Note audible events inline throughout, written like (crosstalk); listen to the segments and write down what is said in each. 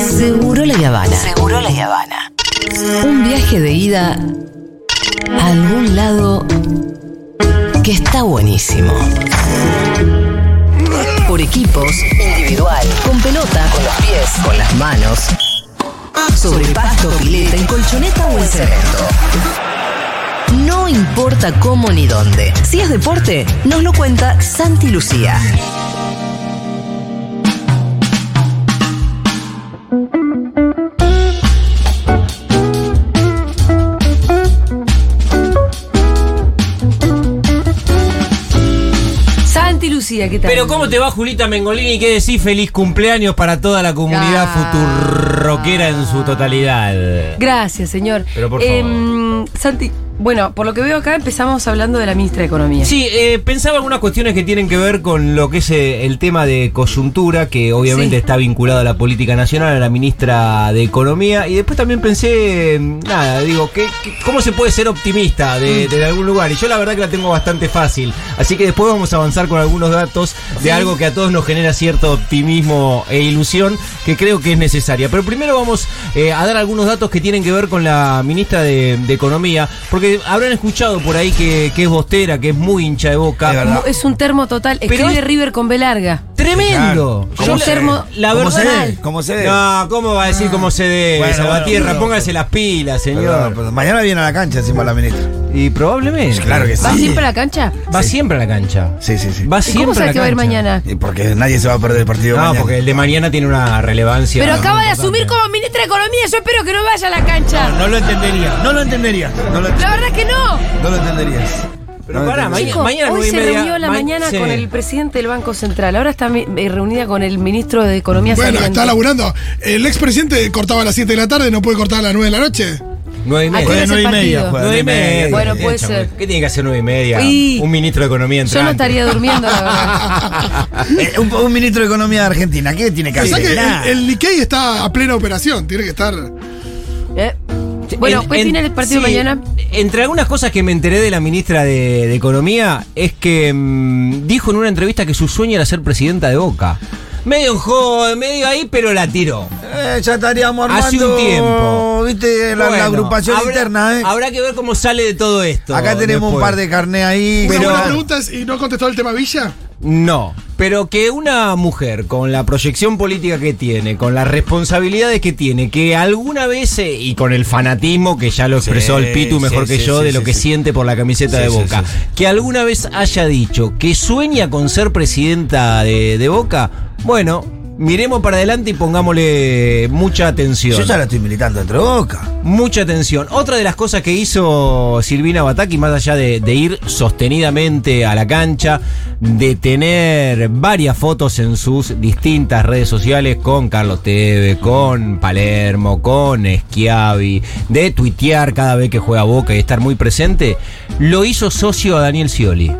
Seguro la Habana. Seguro la Habana. Un viaje de ida a algún lado que está buenísimo. Por equipos, individual, con pelota, con los pies, con las manos, sobre pasto, pileta, en colchoneta o en cemento. No importa cómo ni dónde. Si es deporte, nos lo cuenta Santi Lucía. Santi Lucía, ¿qué tal? Pero ¿cómo te va Julita Mengolini? ¿Qué decís? Feliz cumpleaños para toda la comunidad Ah. futurroquera en su totalidad. Gracias, señor. Pero por Em, Santi, bueno, por lo que veo acá empezamos hablando de la ministra de Economía. Sí, eh, pensaba algunas cuestiones que tienen que ver con lo que es eh, el tema de coyuntura, que obviamente Sí. está vinculado a la política nacional, a la ministra de Economía, y después también pensé, eh, nada, digo, ¿qué, qué- cómo se puede ser optimista Mm. de, de algún lugar? Y yo la verdad que la tengo bastante fácil, así que después vamos a avanzar con algunos datos de algo que a todos nos genera cierto optimismo e ilusión, que creo que es necesaria. Pero primero vamos eh, a dar algunos datos que tienen que ver con la ministra de, de Economía, porque habrán escuchado por ahí que, que es bostera, que es muy hincha de boca. Es verdad. Es un termo total. Pero Escribe es- River con B larga. Tremendo. Claro. Yo ¿Cómo se le- ve? la ¿Cómo verdad. se ve? ¿Cómo se ve? No, ¿cómo va a decir cómo se debe? Bueno, Salvatierra, bueno, póngase las pilas, señor. Perdón, perdón. mañana viene a la cancha encima la ministra. Y probablemente. Claro que sí. ¿Vas siempre a la cancha? Va siempre a la cancha. Sí, sí, sí. Va ¿Y cómo siempre a sabes la que va a ir cancha. mañana? Y porque nadie se va a perder el partido No, mañana. porque el de mañana tiene una relevancia. Pero acaba de importante. asumir como ministra de Economía. Yo espero que no vaya a la cancha. No lo entendería, no lo entendería. No lo, La verdad que no. no lo entenderías. Pero No lo pará, entenderías. mañana- Chico, hoy nueve y se media, reunió la ma- mañana sí. con el presidente del Banco Central. Ahora está mi- eh, reunida con el ministro de Economía. Bueno, Sarmiento. está laburando. El expresidente cortaba a las 7 de la tarde, no puede cortar a las 9 de la noche. Nueve y ¿A qué hora media. es el Nueve y media, partido? juega. Nueve y media. Bueno, puede Hecha, ser. ¿Qué tiene que hacer nueve y media? Y- Un ministro de Economía Yo no entrante. (laughs) estaría durmiendo, la verdad. Eh, un, un ministro de Economía de Argentina, ¿qué tiene que O sea hacer? que el, Nada. el Nikkei está a plena operación, tiene que estar. Eh. Bueno, En- ¿cuál en- tiene el partido sí, mañana? Entre algunas cosas que me enteré de la ministra de, de Economía es que mm, dijo en una entrevista que su sueño era ser presidenta de Boca. Medio en joven, medio ahí, pero la tiró. Eh, ya estaríamos armando. Hace un tiempo. Viste, la, la Bueno, agrupación habrá- interna, ¿eh? Habrá que ver cómo sale de todo esto. Acá tenemos un después. par de carné ahí. Una Pero- buena pregunta es, ¿y no contestó el tema Villa? No, pero que una mujer con la proyección política que tiene, con las responsabilidades que tiene, que alguna vez, eh, y con el fanatismo que ya lo Sí, expresó el Pitu mejor sí, que sí, yo, sí, de lo sí, que sí. siente por la camiseta Sí, de sí, Boca, sí, sí. que alguna vez haya dicho que sueña con ser presidenta de, de Boca, bueno, miremos para adelante y pongámosle mucha atención. Yo ya la estoy militando entre boca. Mucha atención. Otra de las cosas que hizo Silvina Bataki, más allá de, de ir sostenidamente a la cancha, de tener varias fotos en sus distintas redes sociales con Carlos Teve, con Palermo, con Schiavi, de tuitear cada vez que juega Boca y estar muy presente, lo hizo socio a Daniel Scioli.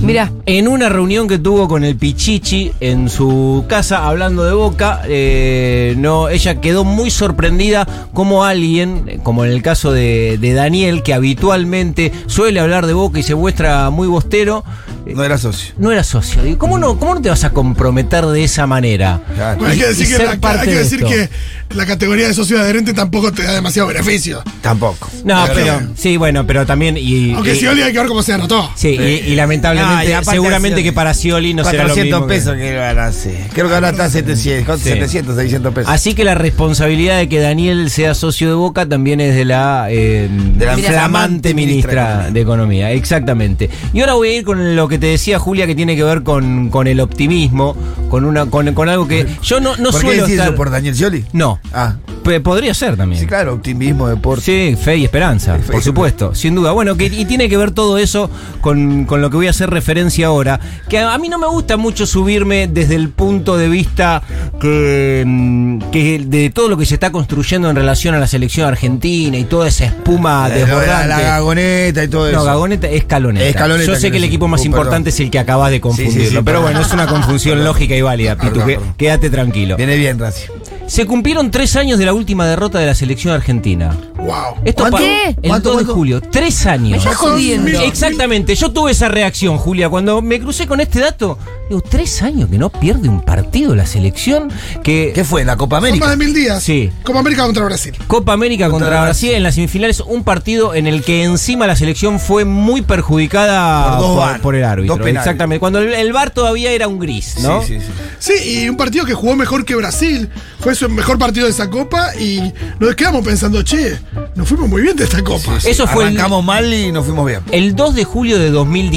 Mirá. En una reunión que tuvo con el Pichichi en su casa, hablando de Boca, eh, no, ella quedó muy sorprendida como alguien, eh, como en el caso de, de Daniel, que habitualmente suele hablar de Boca y se muestra muy bostero, eh, No era socio. no era socio. Digo, ¿Cómo no, cómo no te vas a comprometer de esa manera? Claro. Bueno, hay que Ah, y decir, que ser la, parte hay que, de decir esto. que la categoría de socio adherente tampoco te da demasiado beneficio. Tampoco. No, Claro. pero sí, bueno, pero también y, Aunque y- si Oli hay que ver cómo se anotó. sí, y- Ah, y lamentablemente, No, Ah, y aparte seguramente Scioli. que para Scioli no será lo 400 mismo. que- pesos que, ganaste. Creo que ganaste 700, Sí. 700, 600 pesos. Así que la responsabilidad de que Daniel sea socio de Boca también es de la, eh, De la flamante flamante ministra ministra de Economía. Exactamente. Y ahora voy a ir con lo que te decía Julia, que tiene que ver con, con el optimismo, con una con, con algo que yo no, no ¿Por qué suelo decís estar... eso? ¿Por Daniel Scioli? No, Ah, Pe- podría ser también. sí, claro, optimismo, deporte. Sí, fe y esperanza, Fe y por supuesto, sin duda. Bueno, que, y tiene que ver todo eso con, con lo que voy a hacer referencia ahora, que a, a mí no me gusta mucho subirme desde el punto de vista que, mm, que de todo lo que se está construyendo en relación a la selección argentina y toda esa espuma Eh, lo de la, desbordante. la gagoneta y todo eso. no, Gagoneta es Caloneta. Es Caloneta Yo sé que que el sí. equipo más Oh, importante es perdón. el que acabas de confundirlo. sí, pero perdón. bueno, es una confusión Perdón. lógica y válida, Pitu. Perdón, que- perdón. Quédate tranquilo. Viene bien, Racing. Se cumplieron tres años de la última derrota de la selección argentina. Wow. Esto ¿Cuánto? pa- ¿Qué? El ¿Cuánto, 2 de cuánto? julio. Tres años. estás jodiendo. Exactamente, yo tuve esa reacción, Julia, cuando me crucé con este dato. Digo, tres años que no pierde un partido la selección, que ¿Qué fue? ¿En la Copa Son más de América? mil días. Sí. Copa América contra Brasil. Copa América contra, Brasil en las semifinales, un partido en el que encima la selección fue muy perjudicada Por dos VAR, el dos árbitro. penales. Exactamente, cuando el, el VAR todavía era un gris, ¿no? Sí, sí, sí. Sí, y un partido que jugó mejor que Brasil. Fue su mejor partido de esa copa y nos quedamos pensando, che, nos fuimos muy bien de esta copa. Eso fue el, Arrancamos mal y nos fuimos bien. el 2 de julio de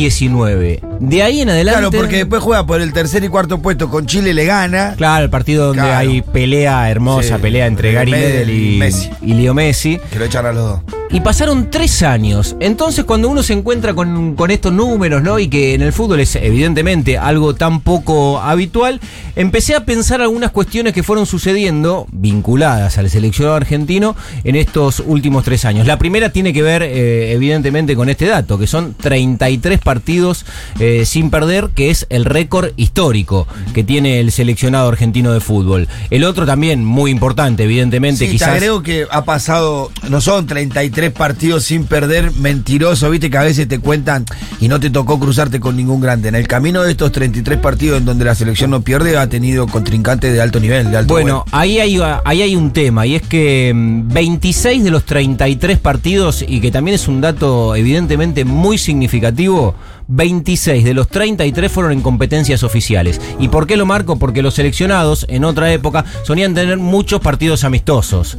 2019. De ahí en adelante. Claro, porque después juega por el tercer y cuarto puesto. Con Chile le gana. Claro, el partido donde Claro. hay pelea hermosa, Sí, pelea entre entre Gary Medel Medel y y, Messi. y Leo Messi. Que lo echan a los dos. Y pasaron tres años. Entonces, cuando uno se encuentra con, con estos números, ¿no? Y que en el fútbol es evidentemente algo tan poco habitual, empecé a pensar algunas cuestiones que fueron sucediendo, vinculadas al seleccionado argentino, en estos últimos tres años. La primera tiene que ver, eh, evidentemente, con este dato, que son 33 partidos eh, sin perder, que es el récord histórico que tiene el seleccionado argentino de fútbol. El otro también, muy importante, evidentemente, Sí, quizás. te agrego que ha pasado, no son 33 partidos sin perder, mentiroso, viste que a veces te cuentan y no te tocó cruzarte con ningún grande. En el camino de estos 33 partidos en donde la selección no pierde, ha tenido contrincantes de alto nivel, de alto Bueno, ahí hay, ahí hay un tema, y es que mm, 26 de los 33 partidos, y que también es un dato evidentemente muy significativo, 26 de los 33 fueron en competencias oficiales. ¿Y por qué lo marco? Porque los seleccionados en otra época solían tener muchos partidos amistosos.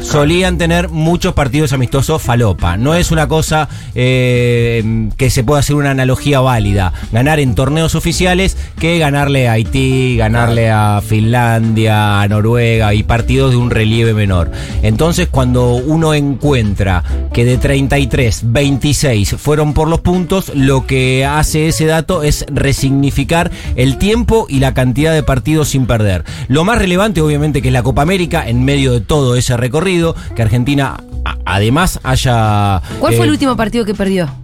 Solían tener muchos partidos amistosos falopa. No es una cosa eh, que se pueda hacer una analogía válida. Ganar en torneos oficiales que ganarle a Haití, ganarle a Finlandia, a Noruega y partidos de un relieve menor. Entonces, cuando uno encuentra que de 33, 26 fueron por los puntos, lo que hace ese dato es resignificar el tiempo y la cantidad de partidos sin perder. Lo más relevante, obviamente, que es la Copa América, en medio de todo ese recorrido, que Argentina a- además haya. ¿Cuál fue eh, el último partido que perdió? nivel.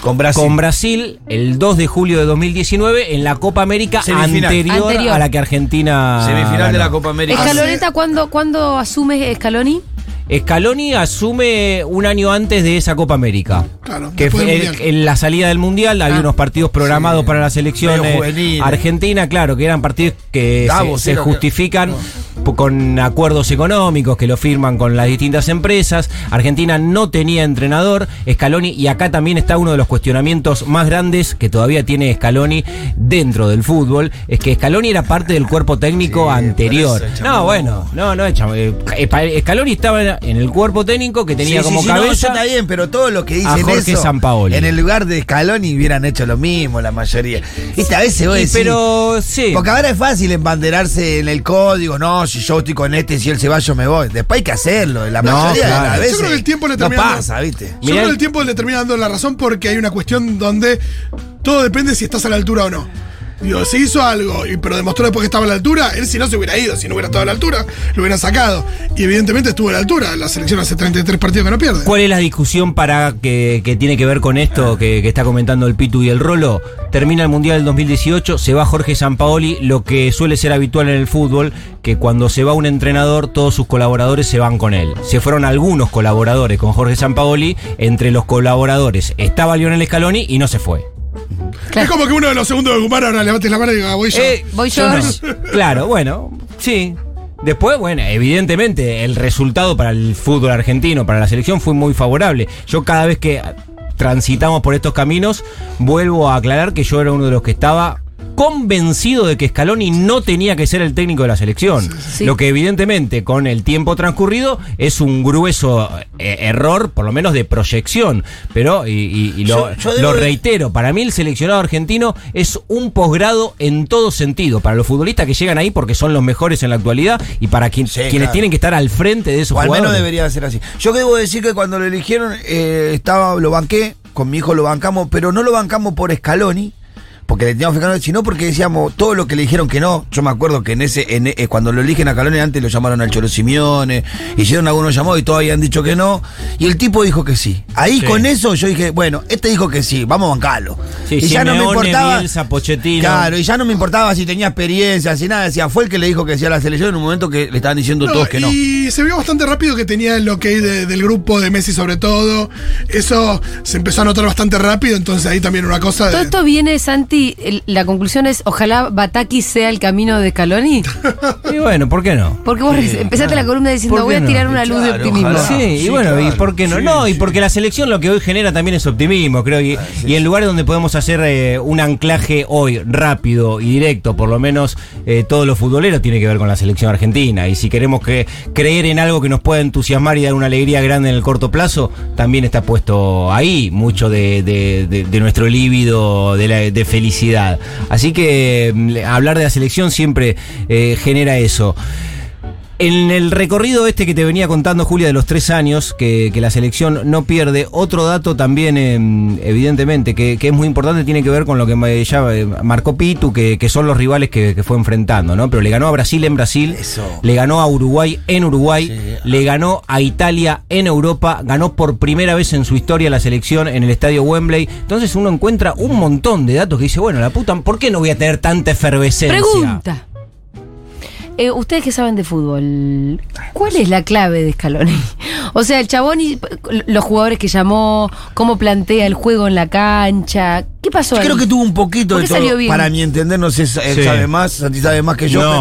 Con Brasil. con Brasil el 2 de julio de 2019 en la Copa América Semifinal. anterior, Anterior. a la que Argentina Ah, Semifinal de la ganó. Copa América. Escaloneta, ¿cuándo, ¿cuándo asume Scaloni? Scaloni asume un año antes de esa Copa América. Claro, Que después del fue Mundial. en la salida del Mundial había Ah. unos partidos programados para la selección Medio eh, juvenil. argentina, claro, que eran partidos que se- Davos, se, era que- justifican po- con acuerdos económicos que lo firman con las distintas empresas. Argentina no tenía entrenador, Scaloni, y acá también está uno de los cuestionamientos más grandes que todavía tiene Scaloni dentro del fútbol, es que Scaloni era parte del cuerpo técnico Sí, anterior. pero eso, No, chamú. bueno, no, no, chamo, eh, Espa- Scaloni estaba en el cuerpo técnico que tenía Sí, sí, como sí, no, eso cabeza. está bien, pero todos los que dicen Jorge eso Sampaoli. en el lugar de Scaloni hubieran hecho lo mismo la mayoría. Esta vez se va a Y decir. pero sí. Porque ahora es fácil embanderarse en el código, no, si yo estoy con este, si él se va, yo me voy. Después hay que hacerlo, la No, mayoría claro. de las Yo veces. creo que el tiempo le no termina dando- pasa, ¿viste? Mirá Yo creo que el- el tiempo le termina dando la razón porque hay una cuestión donde todo depende si estás a la altura o no. Digo, se hizo algo, y- pero demostró después que estaba a la altura, él si no se hubiera ido, si no hubiera estado a la altura, lo hubieran sacado. Y evidentemente estuvo a la altura, la selección hace 33 partidos que no pierde. ¿Cuál es la discusión para que, que tiene que ver con esto que, que está comentando el Pitu y el Rolo? Termina el Mundial del 2018, se va Jorge Sampaoli, lo que suele ser habitual en el fútbol, que cuando se va un entrenador, todos sus colaboradores se van con él. Se fueron algunos colaboradores con Jorge Sampaoli, entre los colaboradores estaba Lionel Scaloni y no se fue. Es como que uno de los segundos de Gumar ahora levantes la mano y diga, "Ah, voy yo. Eh, Voy yo yo. no. (laughs) Claro, bueno, sí. Después, bueno, evidentemente el resultado para el fútbol argentino, para la selección, fue muy favorable. Yo cada vez que transitamos por estos caminos, vuelvo a aclarar que yo era uno de los que estaba convencido de que Scaloni no tenía que ser el técnico de la selección. sí. Lo que evidentemente con el tiempo transcurrido es un grueso eh, error, por lo menos de proyección. Pero, y, y- y lo, Yo- yo lo debo- reitero, para mí el seleccionado argentino es un posgrado en todo sentido. Para los futbolistas que llegan ahí porque son los mejores en la actualidad y para quien- Sí, quienes claro. tienen que estar al frente de esos O al menos jugadores. debería ser así. Yo que debo decir que cuando lo eligieron, eh, estaba, lo banqué, con mi hijo lo bancamos, pero no lo bancamos por Scaloni, porque le teníamos fe a Scaloni, sino porque decíamos todo lo que le dijeron que no. Yo me acuerdo que en ese, en, eh, cuando lo eligen a Scaloni antes lo llamaron al Cholo Simeone, hicieron algunos llamados y todos habían dicho que no. Y el tipo dijo que sí. Ahí Sí. con eso yo dije, bueno, este dijo que sí, vamos a bancarlo. Sí, y ya no me Simeone, importaba. Bielsa, Pochettino. Claro, y ya no me importaba si tenía experiencia, si nada, decía, fue el que le dijo que sí a la selección en un momento que le estaban diciendo todos que no. Y se vio bastante rápido que tenía el ok de- del grupo, de Messi sobre todo. Eso se empezó a notar bastante rápido, entonces ahí también una cosa Todo de... esto viene, Santi, el- la conclusión es, ojalá Bataki sea el camino de Scaloni. Y bueno, ¿por qué no? Porque (laughs) vos empezaste la columna diciendo, ¿Por voy qué a no? tirar una luz de Claro, optimismo. ojalá. Sí, y sí, bueno, ¿y claro. por qué no? Sí, no, y sí. Ah, porque la selección lo que hoy genera también es optimismo, creo. Y, y en lugares donde podemos hacer eh, un anclaje hoy rápido y directo, por lo menos eh, todos los futboleros, tiene que ver con la selección argentina. Y si queremos que creer en algo que nos pueda entusiasmar y dar una alegría grande en el corto plazo, también está puesto ahí mucho de, de- de- de nuestro líbido de, la- de felicidad. Así que mm, le- hablar de la selección siempre eh, genera eso. En el recorrido este que te venía contando, Julia, de los tres años, que, que la selección no pierde, otro dato también, em, evidentemente, que, que es muy importante, tiene que ver con lo que me- ya eh, marcó Pitu, que, que son los rivales que, que fue enfrentando, ¿no? Pero le ganó a Brasil en Brasil, Eso. le ganó a Uruguay en Uruguay, ah. le ganó a Italia en Europa, ganó por primera vez en su historia la selección en el estadio Wembley. Entonces uno encuentra un montón de datos que dice, bueno, la puta, ¿por qué no voy a tener tanta efervescencia? Pregunta. Eh, Ustedes que saben de fútbol, ¿cuál es la clave de Scaloni? (laughs) O sea, el chabón y los jugadores que llamó, cómo plantea el juego en la cancha, ¿qué pasó Yo ahí? creo que tuvo un poquito ¿Por de qué salió todo. bien? Para mi entender, no sé, él Sí. sabe más, Santi sabe más que yo, No,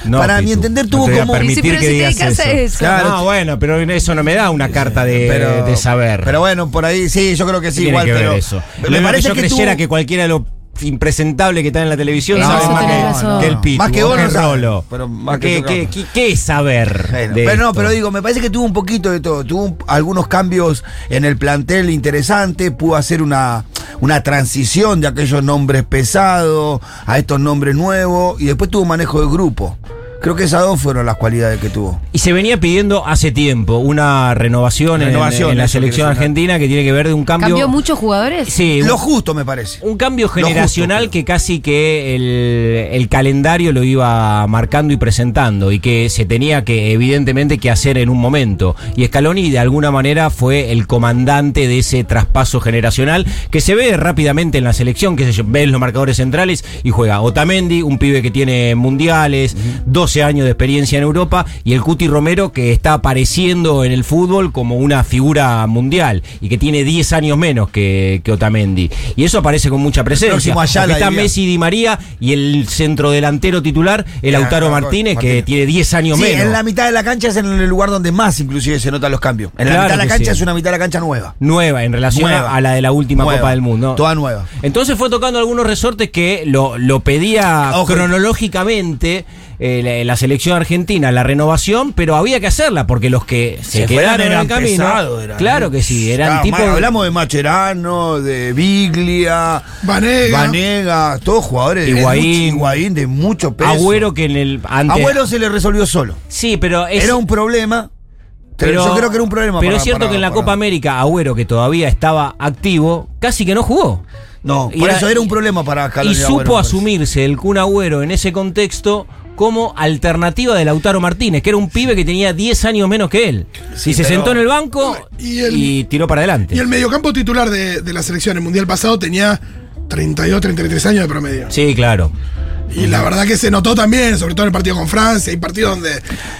pero no, para mi Pitu, entender no tuvo te voy a como. permitir Sí, pero que si te digas dedicas a eso. Claro. No, bueno, pero eso no me da una carta de, pero- de saber. Pero bueno, por ahí sí, yo creo que sí, Tiene igual. que ver pero eso. me Lo mismo parece que yo que creyera tuvo- que cualquiera de lo impresentable que está en la televisión Eso sabe más tenés que, razón. que el pito. Más que vos no sabes, Rolo. pero más que ¿Qué, yo qué, no. qué- qué es saber? Bueno, de pero no, esto? pero digo, me parece que tuvo un poquito de todo. Tuvo un- algunos cambios en el plantel interesante, pudo hacer una, una transición de aquellos nombres pesados a estos nombres nuevos y después tuvo manejo de grupo. Creo que esas dos fueron las cualidades que tuvo. Y se venía pidiendo hace tiempo una renovación, en- Renovación, en, la eso selección quiere decir. argentina que tiene que ver de un cambio. ¿Cambió muchos jugadores? Sí, un- Lo justo, me parece. Un cambio justo, generacional creo. que casi que el, el calendario lo iba marcando y presentando y que se tenía que evidentemente que hacer en un momento. Y Scaloni de alguna manera fue el comandante de ese traspaso generacional que se ve rápidamente en la selección, que se ven los marcadores centrales y juega Otamendi, un pibe que tiene mundiales, 12 años de experiencia en Europa y el Cuti Romero que está apareciendo en el fútbol como una figura mundial y que tiene 10 años menos que, que Otamendi. Y eso aparece con mucha presencia. próximo Ayala, Porque está diría. Messi Di María y el centrodelantero titular, el Ya, Lautaro Marcos, Martínez, que Martínez. tiene 10 años Sí, menos. en la mitad de la cancha es en el lugar donde más inclusive se notan los cambios. En Claro la mitad de que la cancha sí. es una mitad de la cancha nueva. Nueva en relación Nueva. a la de la última Nueva. Copa del Mundo. Toda nueva. Entonces fue tocando algunos resortes que lo, lo pedía Ojo. cronológicamente eh, la, la selección argentina, la renovación, pero había que hacerla porque los que se, Se fueron, quedaron en eran el camino. pesados, eran. claro que sí, eran Ah, tipos. ma- hablamos de Macherano, de Biglia, Vanega. Vanega, todos jugadores de Higuaín. mucho- Higuaín, de mucho peso. Agüero que en el. ante- Agüero se le resolvió solo. Sí, pero es- Era un problema. Pero, yo creo que era un problema. Pero para- es cierto para- que en la para- Copa América, Agüero, que todavía estaba activo, casi que no jugó. No, Y por eso era un problema para Scaloni Y Agüero, supo me parece. asumirse el Kun Agüero en ese contexto como alternativa de Lautaro Martínez, que era un pibe que tenía 10 años menos que él. Sí, y se pero- sentó en el banco y, Y el- tiró para adelante. Y el mediocampo titular de, de la selección en el Mundial pasado tenía 32, 33 años de promedio. Sí, claro. Y la verdad que se notó también, sobre todo en el partido con Francia, hay partidos donde,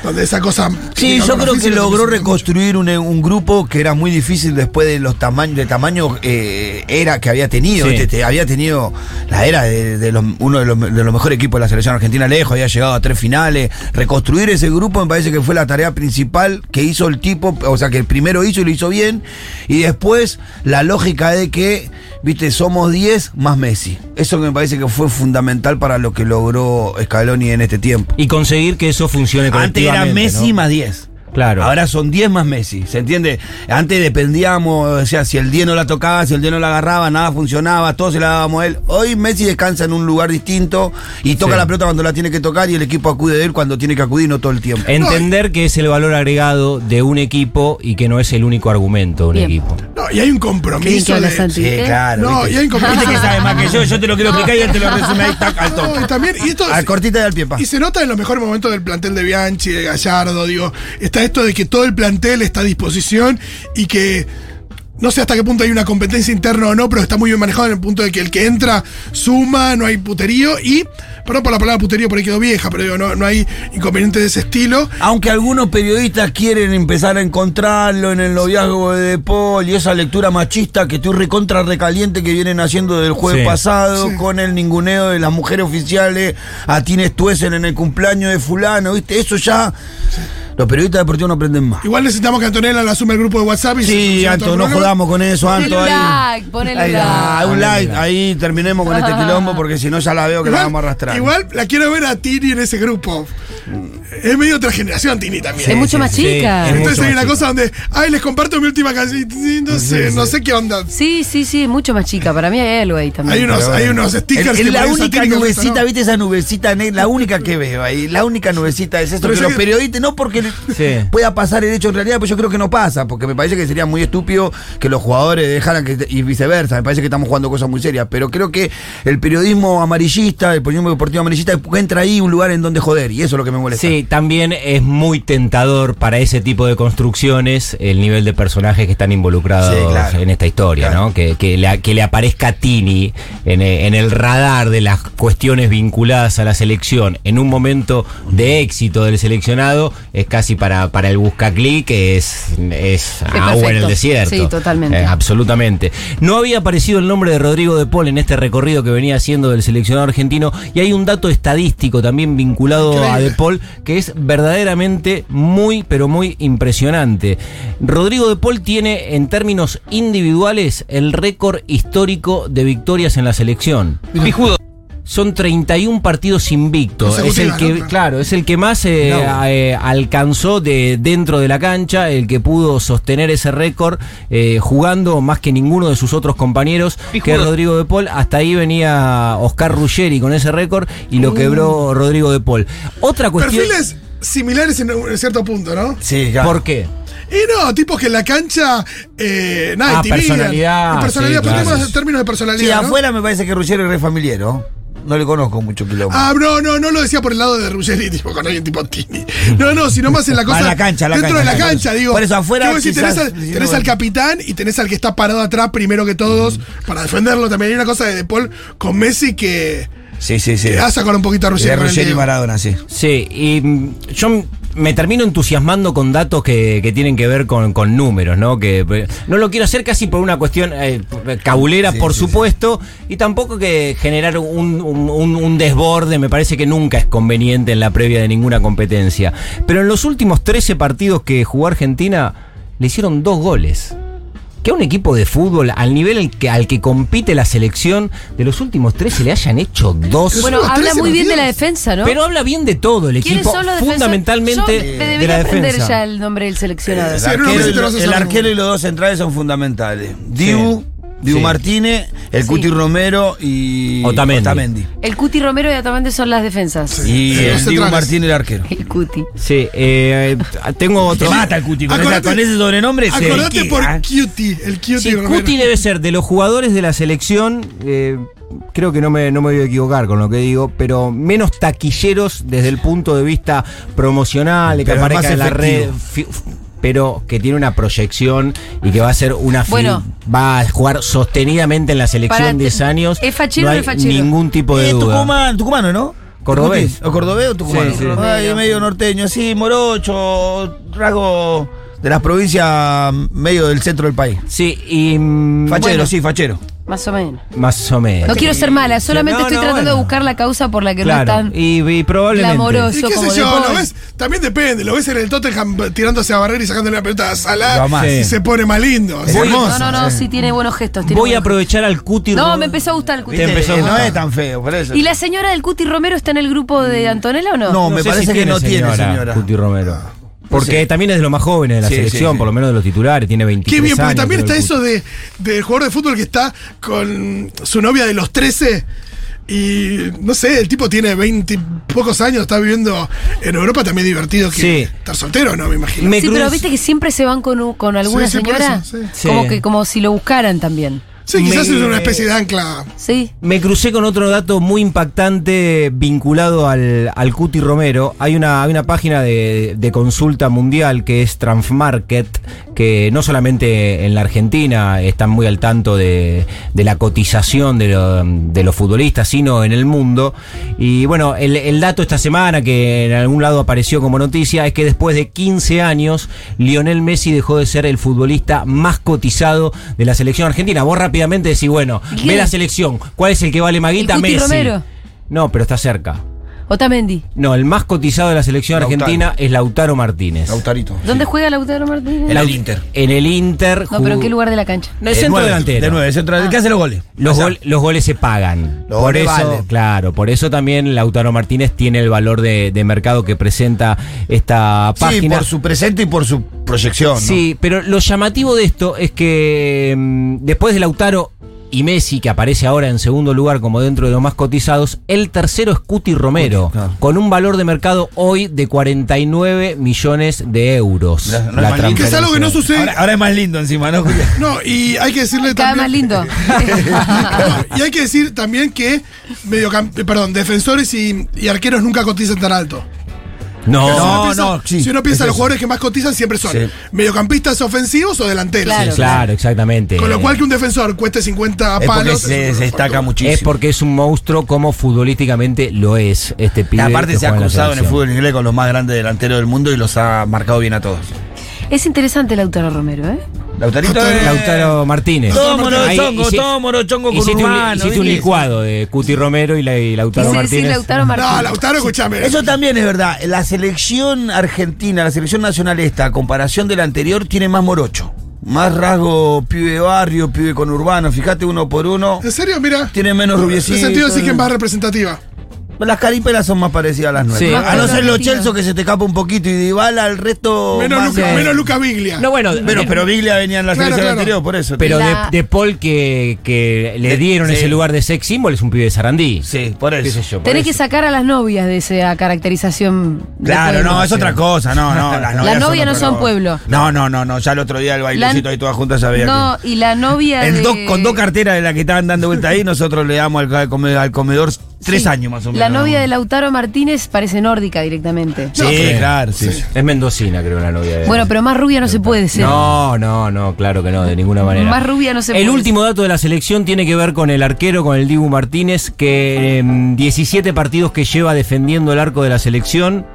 donde esa cosa... Sí, yo creo que logró física se notó mucho. reconstruir un, un grupo que era muy difícil después de los tamaños de tamaño eh, era que había tenido. Sí. ¿viste? Te- había tenido la era de, de los- uno de los, de los mejores equipos de la selección argentina lejos, había llegado a tres finales. Reconstruir ese grupo me parece que fue la tarea principal que hizo el tipo, o sea, que el primero hizo y lo hizo bien. Y después la lógica de que, viste, somos 10 más Messi. Eso que me parece que fue fundamental para lo que logró Scaloni en este tiempo. Y conseguir que eso funcione Antes era colectivamente, Messi ¿no? más 10. Claro. Ahora son 10 más Messi, ¿se entiende? Antes dependíamos, o sea, si el 10 no la tocaba, si el 10 no la agarraba, nada funcionaba, todo se la dábamos a él. Hoy Messi descansa en un lugar distinto y toca Sí. la pelota cuando la tiene que tocar y el equipo acude de él cuando tiene que acudir, no todo el tiempo. Eh, Entender que es el valor agregado de un equipo y que no es el único argumento de un Bien. equipo. No, y hay un compromiso. Qué de- interesante. Sí, ¿eh? claro. No, ¿viste? y hay un compromiso. Viste que sabe más que yo, yo te lo quiero explicar y él te lo resume ahí, tac, al No, y toque. también, y esto Al cortita y al pie, pa. Y se nota en los mejores momentos del plantel de Bianchi, de Gallardo, digo, está esto de que todo el plantel está a disposición y que no sé hasta qué punto hay una competencia interna o no, pero está muy bien manejado en el punto de que el que entra suma, no hay puterío y, perdón por la palabra puterío por ahí quedó vieja, pero digo, no, no hay inconveniente de ese estilo. Aunque algunos periodistas quieren empezar a encontrarlo en el noviazgo de De Paul y esa lectura machista que estoy recontra recaliente que vienen haciendo del jueves Sí. pasado Sí. con el ninguneo de las mujeres oficiales a Tines Tuesen en el cumpleaños de fulano, ¿viste? Eso ya los periodistas deportivos no aprenden más. Igual necesitamos que Antonella la sume al grupo de WhatsApp y se Sí, soluciona todo Anto, el no problema. jodamos con eso, Anto. Ponele ahí. like, ponele Ahí, ah, like. un like, ahí terminemos con este quilombo porque si no ya la veo que la vamos a arrastrar. Igual la quiero ver a Tini en ese grupo. Mm. Es medio otra generación Tini también. es mucho sí, más sí, Ah, chica. es Entonces mucho hay una más cosa donde, ay, les comparto mi última canción. Sí, No sé, no sé qué onda. Sí, sí, sí, es mucho más chica. Para mí hay algo ahí también. Hay unos, Pero hay bueno. unos stickers Es- es que la ponen única satíricos, nubecita, ¿no? ¿viste esa nubecita negra? La única que veo ahí. La única nubecita es eso. Pero Que yo los que- periodistas, no porque Sí. pueda pasar el hecho en realidad, pues yo creo que no pasa, porque me parece que sería muy estúpido que los jugadores dejaran que. y viceversa. Me parece que estamos jugando cosas muy serias. Pero creo que el periodismo amarillista, el periodismo deportivo amarillista, entra ahí un lugar en donde joder. Y eso es lo que me molesta. Sí, también es muy tentador para ese tipo de construcciones el nivel de personajes que están involucrados Sí, claro. en esta historia, Claro. ¿no? Que, que le, que le aparezca a Tini en, e- en el radar de las cuestiones vinculadas a la selección en un momento de éxito del seleccionado es casi para, para el buscaclic, es, es agua en perfecto. Ah, el desierto. Sí, totalmente. Eh, absolutamente. No había aparecido el nombre de Rodrigo de Paul en este recorrido que venía haciendo del seleccionado argentino y hay un dato estadístico también vinculado a Increíble. De Paul que es verdaderamente muy, pero muy impresionante. Rodrigo de Paul tiene, en términos individuales, el récord histórico de victorias en la selección. Son 31 partidos invictos. Es el Consecutivas, que, ¿no? claro, es el que más eh, No. eh, alcanzó de dentro de la cancha, el que pudo sostener ese récord eh, jugando más que ninguno de sus otros compañeros, que es Rodrigo de Paul. Hasta ahí venía Oscar Ruggeri con ese récord y lo quebró Rodrigo de Paul. Otra cuestión. Perfiles similares en, un- en cierto punto, ¿no? Sí, claro. ¿Por qué? Y no, tipos que en la cancha, eh, nada, Ah, intimidan. personalidad, En personalidad, sí, pero claro. tenemos términos de personalidad. Sí, ¿no? afuera me parece que Ruggiero es re familiero. No le conozco mucho quilombo. Ah, no, no, no lo decía por el lado de Ruggeri, tipo con alguien tipo Tini. No, no, sino más (laughs) en la cosa. Ah, la cancha, la dentro cancha, de la la cancha. cancha, digo. Por eso afuera Yo voy a decir, quizás- tenés, al, tenés al capitán y tenés al que está parado atrás primero que todos Mm. para defenderlo. También hay una cosa de De Paul con Messi que, sí, sí, sí. que va a sacar un poquito a Ruggeri. De con el Ruggeri Diego. Maradona, sí. Sí, y mm, yo m- me termino entusiasmando con datos que, que tienen que ver con, con números, ¿no? Que eh, no lo quiero hacer casi por una cuestión eh, cabulera, Sí, por sí, supuesto, y tampoco que generar un, un- un- un desborde, me parece que nunca es conveniente en la previa de ninguna competencia. Pero en los últimos 13 partidos que jugó Argentina, le hicieron dos goles. Que a un equipo de fútbol, al nivel al que, al que compite la selección, de los últimos 13 le hayan hecho dos. Bueno, Son los habla 13 muy bien de la partidos. defensa, ¿no? Pero habla bien de todo el ¿Quiénes equipo, son los defensores? fundamentalmente Yo me de debería la aprender defensa. ya el nombre del seleccionado. El Sí, en unos arquero, meses y te lo lo- vas a el saber. arquero y los dos centrales son fundamentales. Dibu, Dibu Sí. Martínez, el Sí. Cuti Romero y Otamendi. El Cuti Romero y Atamante son las defensas. Y Sí, el los Dibu centrales. Martínez el arquero. (laughs) El Cuti. Sí, eh, tengo otro. Ah, el Cuti. con esa- Acordate- con ese sobrenombre Acordate por ¿ah? Cutie, el Cutie Sí, Romero. Cuti debe ser de los jugadores de la selección, eh, creo que no me, no me voy a equivocar con lo que digo, pero menos taquilleros desde el punto de vista promocional, de que Pero es aparezca más en la red, efectivo. fi- pero que tiene una proyección y que va a ser una fi- Bueno. va a jugar sostenidamente en la Para- selección 10 años. ¿Es fachero no o no hay es fachero? ningún tipo de Es duda. Eh, Tucumán, tucumano, ¿no? Cordobés. ¿O cordobés o tucumano? Sí, sí. Ay, medio norteño, así, morocho, rasgo de las provincias mm, medio del centro del país. Sí, y mm, Fachero, Bueno. sí, fachero. Más o menos. más o menos. No quiero ser mala, solamente No, estoy no, tratando bueno. de buscar la causa por la que no Claro, están. y, y probablemente. glamoroso. Y qué como sé yo, de lo Paul. ves, también depende, lo ves en el Tottenham tirándose a barrer y sacándole una pelota a Lo Salah amás. y Sí. se pone más lindo. Es Voy- hermoso. No, no, no, sí tiene buenos gestos. tiene Voy a buenos aprovechar al cuti. gestos. Ro- No, me empezó a gustar el Cuti. Te empezó a no gustar. es tan feo, por eso. ¿Y la señora del Cuti Romero está en el grupo de Antonella o no? No, me sé parece si que no tiene, señora. Cuti Romero. Porque sé. también es de los más jóvenes de la Sí, sí, selección, sí. por lo menos de los titulares, tiene 23 Qué bien, porque años, también creo, está el Cuti. eso de, del jugador de fútbol que está con su novia de los 13 Y no sé, el tipo tiene 20 y pocos años, está viviendo en Europa, también divertido que Sí. estar soltero, ¿no? Me imagino. Me sí, pero cruzo- viste que siempre se van con, u- con alguna Sí, sí, por señora. eso, sí. Como Sí. que como si lo buscaran también. Sí, quizás me- es una especie de ancla. Sí. Me crucé con otro dato muy impactante vinculado al, al Cuti Romero. Hay una, hay una página de, de consulta mundial que es Transmarket, que no solamente en la Argentina están muy al tanto de, de la cotización de, lo- de los futbolistas, sino en el mundo. Y bueno, el, el dato esta semana que en algún lado apareció como noticia es que después de 15 años, Lionel Messi dejó de ser el futbolista más cotizado de la selección argentina. Vos rápidamente decís, bueno, ¿Y ve qué? la selección selección. ¿Cuál es el que vale Maguita? ¿El Cuti Messi. Romero? No, pero está cerca. Otamendi. No, el más cotizado de la selección Lautaro. argentina es Lautaro Martínez. Lautarito. ¿Dónde juega Lautaro Martínez? En el Inter. En el Inter. No, pero ¿en jugó- qué lugar de la cancha? No, es centro Eh, nueve, delantero. Ah. De nueve, centro delantero. ¿Qué hace los goles? Los, Allá. gol- los goles se pagan. Los por goles eso, valen. claro, por eso también Lautaro Martínez tiene el valor de, de mercado que presenta esta página. Sí, por su presente y por su proyección. ¿no? Sí, pero lo llamativo de esto es que mm, después de Lautaro y Messi, que aparece ahora en segundo lugar como dentro de los más cotizados, el tercero es Cuti Romero, Cuti, claro. con un valor de mercado hoy de 49 millones de euros. No, no es más lindo. Que es algo que no sucede. Ahora, ahora es más lindo encima, ¿no, (laughs) Julián? No, y hay que decirle Cada vez más también. lindo. (laughs) No, y hay que decir también que mediocamp- perdón, defensores y, y arqueros nunca cotizan tan alto. No, Si uno No, piensa- no, sí, si uno piensa, es los eso. jugadores que más cotizan siempre son Sí. mediocampistas ofensivos o delanteros. Claro. claro, exactamente. Con lo cual que un defensor cueste 50 Es porque palos. se, es se un- estaca muchísimo. es porque es un monstruo como futbolísticamente lo es este Y pibe. aparte que se ha juega la cruzado en el selección. fútbol inglés con los más grandes delanteros del mundo y los ha marcado bien a todos. Es interesante Lautaro Romero, ¿eh? Lautarito Lautaro- eh, Lautaro Martínez. Todo morochongo, chongo, todo morochongo con hiciste un, Urbano, li- hiciste un ¿viste? licuado de Cuti Romero y, la- y Lautaro Sí, sí, Martínez. Lautaro Martínez. No, Lautaro, escúchame. Eso también es verdad. La selección argentina, la selección nacional esta, a comparación de la anterior, tiene más morocho. Más rasgo pibe de barrio, pibe con urbano. Fíjate uno por uno. ¿En serio? Mira. Tiene menos rubiecito. En sentido de decir que es más representativa. Las caripelas son más parecidas a las nuestras. Sí. a no ser los Argentina. Chelsea que se te escapa un poquito y Dybala, el resto... Menos, Oh, más Luca, es- menos Luca Biglia. No, bueno, Pero, pero Biglia venía en la Claro, selección claro. anterior, por eso. Pero La- de, de Paul que, que le De- dieron sí. ese lugar de sex symbol es un pibe de Sarandí. Sí, por eso. Qué sé yo, por Tenés que eso. sacar a las novias de esa caracterización. de Claro, pueblo. no, es otra cosa, (laughs) no, no. Las novias, novias no otra son cosa. pueblo. No, no, no, no, ya el otro día el bailecito La- ahí todas juntas sabía No, y la novia. que... En de- dos- con dos carteras de las que estaban dando vuelta ahí, nosotros le damos al, al comedor, al comedor tres Sí. años más o menos. La novia de Lautaro Martínez parece nórdica directamente. Sí, No, pero- claro, sí. sí. Ah, Es mendocina, creo, la novia de Bueno, pero más rubia no se puede ser. No, no, no, claro que no, de ninguna manera. Más rubia no se El puede. último dato de la selección tiene que ver con el arquero, con el Dibu Martínez, que en 17 partidos que lleva defendiendo el arco de la selección,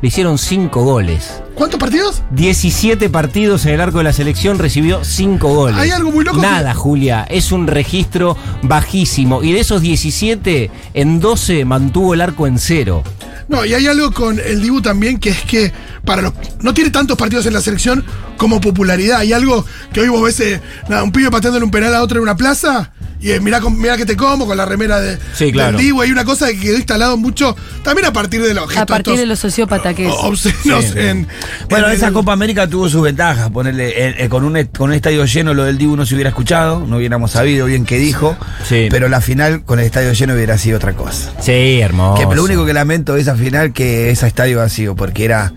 le hicieron 5 goles. ¿Cuántos partidos? 17 partidos en el arco de la selección, recibió 5 goles. Hay algo muy loco que- Nada, Julia, es un registro bajísimo. Y de esos 17, en 12 mantuvo el arco en cero. No, y hay algo con el Dibu también que es que para los, no tiene tantos partidos en la selección como popularidad. Hay algo que hoy vos ves eh, nada, un pibe pateándole un penal a otro en una plaza y eh, mirá, con- mirá que te como con la remera de, Sí, del claro. Dibu. Hay una cosa que quedó instalado mucho también a partir de los A gestos partir estos de los sociópatas que es. o- obscenos en. Bueno, en esa el- Copa América tuvo sus ventajas. Ponerle eh, eh, con un est- con un estadio lleno lo del Dibu no se hubiera escuchado, no hubiéramos sabido bien qué dijo. Sí. Pero la final con el estadio lleno hubiera sido otra cosa. Oh, Sí, hermoso. Que lo único que lamento de esa final que ese estadio vacío, porque era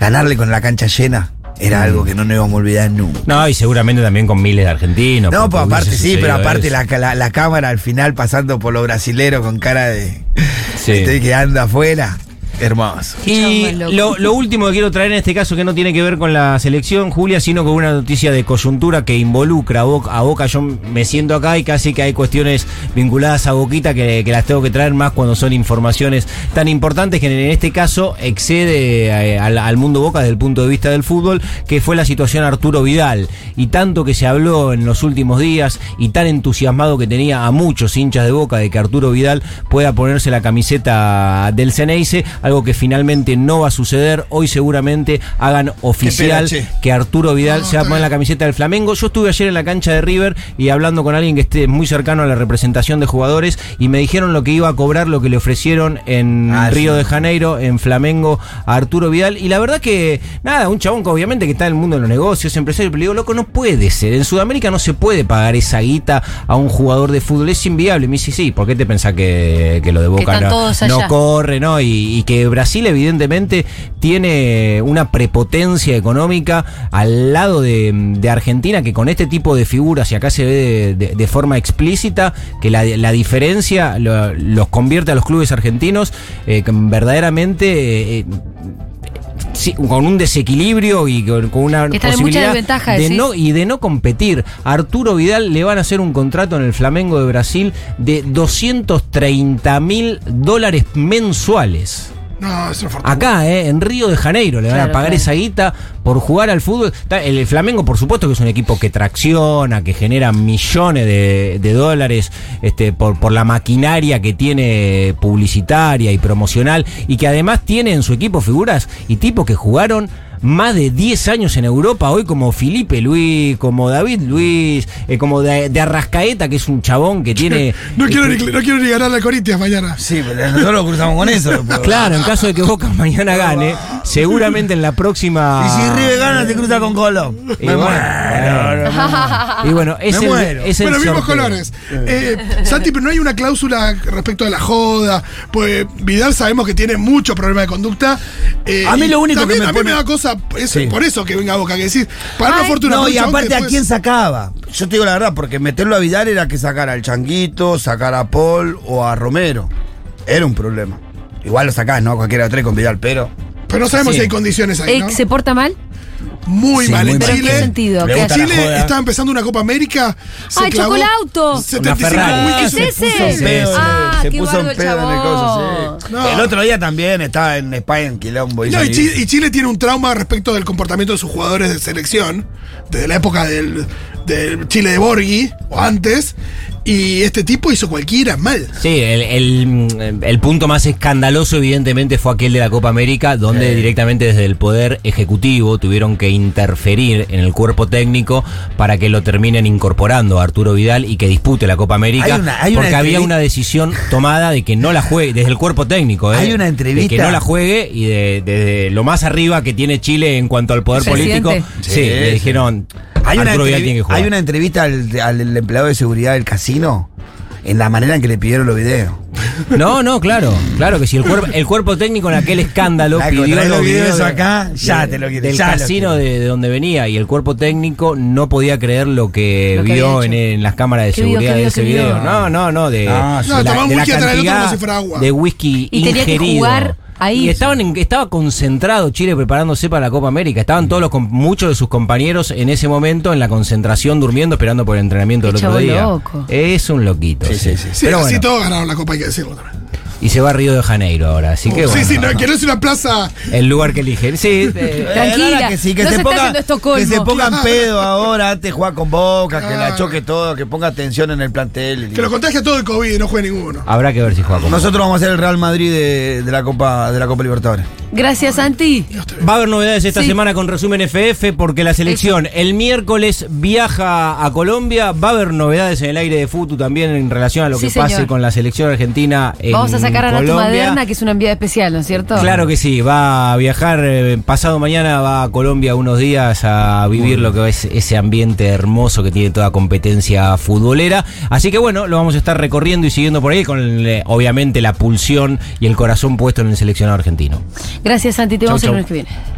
ganarle con la cancha llena, Mm. era algo que no nos íbamos a olvidar nunca. No, y seguramente también con miles de argentinos. No, porque pues aparte hubiese sí, pero sucedido aparte eso. la, la- la cámara al final pasando por los brasileros con cara de Sí. estoy quedando afuera. Hermoso. Y Chau, más lo, loco. lo último que quiero traer en este caso, que no tiene que ver con la selección, Julia, sino con una noticia de coyuntura que involucra a Boca. A Boca yo me siento acá y casi que hay cuestiones vinculadas a Boquita que, que las tengo que traer más cuando son informaciones tan importantes que en este caso excede eh, al, al mundo Boca desde el punto de vista del fútbol, que fue la situación Arturo Vidal. Y tanto que se habló en los últimos días y tan entusiasmado que tenía a muchos hinchas de Boca de que Arturo Vidal pueda ponerse la camiseta del Ceneice, al algo que finalmente no va a suceder. Hoy seguramente hagan oficial pena, che. que Arturo Vidal No, se va a está poner la bien. camiseta del Flamengo. Yo estuve ayer en la cancha de River y hablando con alguien que esté muy cercano a la representación de jugadores y me dijeron lo que iba a cobrar, lo que le ofrecieron en Ah, Río sí. de Janeiro, en Flamengo, a Arturo Vidal. Y la verdad que, nada, un chabón que obviamente que está en el mundo de los negocios, empresario, pero le digo, loco, no puede ser. En Sudamérica no se puede pagar esa guita a un jugador de fútbol. Es inviable. Y me dice, sí, ¿por qué te pensás que, que lo de Boca están no, todos no allá. corre, ¿no? Y, y que Brasil, evidentemente, tiene una prepotencia económica al lado de, de Argentina, que con este tipo de figuras, y acá se ve de, de- de forma explícita, que la, la diferencia lo- los convierte a los clubes argentinos eh, que verdaderamente. eh, sí, con un desequilibrio y con, con una Que están en mucha posibilidad desventaja, de decís. no y de no competir. A Arturo Vidal le van a hacer un contrato en el Flamengo de Brasil de 230 mil dólares mensuales. No, es una fortuna. Acá, eh, en Río de Janeiro, le van Claro, a pagar claro. esa guita por jugar al fútbol. Está- El Flamengo, por supuesto, que es un equipo que tracciona, que genera millones de, de dólares este, por, por la maquinaria que tiene publicitaria y promocional, y que además tiene en su equipo figuras y tipos que jugaron. Más de 10 años en Europa, hoy como Felipe Luis, como David Luis, eh, como de, de Arrascaeta, que es un chabón que (laughs) tiene. eh, No quiero, Este. ni, no quiero ni ganar la Corintias mañana. Sí, pero nosotros cruzamos (laughs) con eso. pues. Claro, en caso de que Boca (laughs) mañana gane, seguramente en la próxima. Y si River gana, te cruza con Colón. Y bueno, bueno, (laughs) y bueno, es Me el, muero. es el Pero mismos sorteo. colores. Eh, Santi, pero no hay una cláusula respecto de la joda. Pues Vidal sabemos que tiene mucho problema de conducta. eh, A mí lo y único que también, me a mí pone- me da cosa, es Sí. por eso que venga a Boca, que decís, para una Ay, fortuna. No, por un y chabón que aparte, ¿a después- quién sacaba? Yo te digo la verdad, porque meterlo a Vidal era que sacar al Changuito, sacar a Paul o a Romero. Era un problema. Igual lo sacás, ¿no? Cualquiera de los tres con Vidal, pero. Pero no sabemos Sí. si hay condiciones ahí, Eh, ¿no? ¿Se porta mal? Muy Sí, mal. muy ¿Pero en mal. En qué Chile, sentido? Le ¿Qué gusta hace? la Chile joda. estaba empezando una Copa América. se ¡Ay, chocó clavó el auto! 75 Una Ferrari. wikis. ¿Es ese? puso un pedo, ah, se qué puso bardo un el pedo en el coso, chabón. sí. No. El otro día también estaba en España en Quilombo. No, y, salí- Chile, y Chile tiene un trauma respecto del comportamiento de sus jugadores de selección, desde la época del, del Chile de Borghi, o antes, y este tipo hizo cualquiera mal. Sí, el, el- el punto más escandaloso evidentemente fue aquel de la Copa América, donde Sí. directamente desde el Poder Ejecutivo tuvieron que interferir en el cuerpo técnico para que lo terminen incorporando a Arturo Vidal y que dispute la Copa América, Hay una- hay una porque había entrevi- una decisión tomada de que no la juegue, desde el cuerpo técnico, ¿eh? Hay una de que entrevista. no la juegue y de- desde lo más arriba que tiene Chile en cuanto al poder El presidente. político, sí, Sí, le sí. dijeron, Hay una, Arturo Vidal entrevi- tiene que jugar. hay una entrevista al, al- al empleado de seguridad del casino en la manera en que le pidieron los videos. (laughs) No, no, claro, claro que si el cuerpo, el cuerpo técnico en aquel escándalo Flaco, pidió trae los los videos videos de- acá, ya te lo quiero, del ya lo casino quiero. de, de donde venía y el cuerpo técnico no podía creer lo que, Lo que vio había en, hecho. en las cámaras de ¿Qué vio, seguridad qué de vio, ese qué vio? video. No, no, no, de, Ah, sí. de la, No, tomaba de la whisky atrás del otro cantidad como si fuera agua. de whisky Y tenía que ingerido. jugar ahí. Y estaban en- estaba concentrado Chile preparándose para la Copa América. Estaban todos los com- muchos de sus compañeros en ese momento en la concentración durmiendo esperando por el entrenamiento Qué del otro chabón día. loco. Es un loquito. Sí, sí, sí. Sí, Pero así bueno. todos ganaron la Copa, hay que decirlo también. Y se va a Río de Janeiro ahora, así que sí, bueno. sí, no, que no es una plaza. El lugar que eligen. Sí, eh, Tranquila, Eh, ahora que sí, que no se, se está ponga- haciendo Estocolmo. que (laughs) se pongan pedo ahora, antes juega con Boca, que la choque todo, que ponga tensión en el plantel. Ah. Que lo contagia todo el COVID y no juega ninguno. habrá que ver si juega con Nosotros vamos a ser el Real Madrid de, de la Copa de la Copa Libertadores. Gracias, Santi. Va a haber novedades esta Sí. semana con resumen FF porque la selección el miércoles viaja a Colombia. Va a haber novedades en el aire de Futu también en relación a lo Sí, que pase señor. con la selección argentina. En Vamos a sacar a Natu Colombia. Maderna, que es una enviada especial, ¿no es cierto? Claro que sí, va a viajar, eh, pasado mañana va a Colombia unos días a vivir lo que es ese ambiente hermoso que tiene toda competencia futbolera. Así que bueno, lo vamos a estar recorriendo y siguiendo por ahí con eh, obviamente la pulsión y el corazón puesto en el seleccionado argentino. Gracias, Santi. Te Chau, vemos el chau. lunes que viene.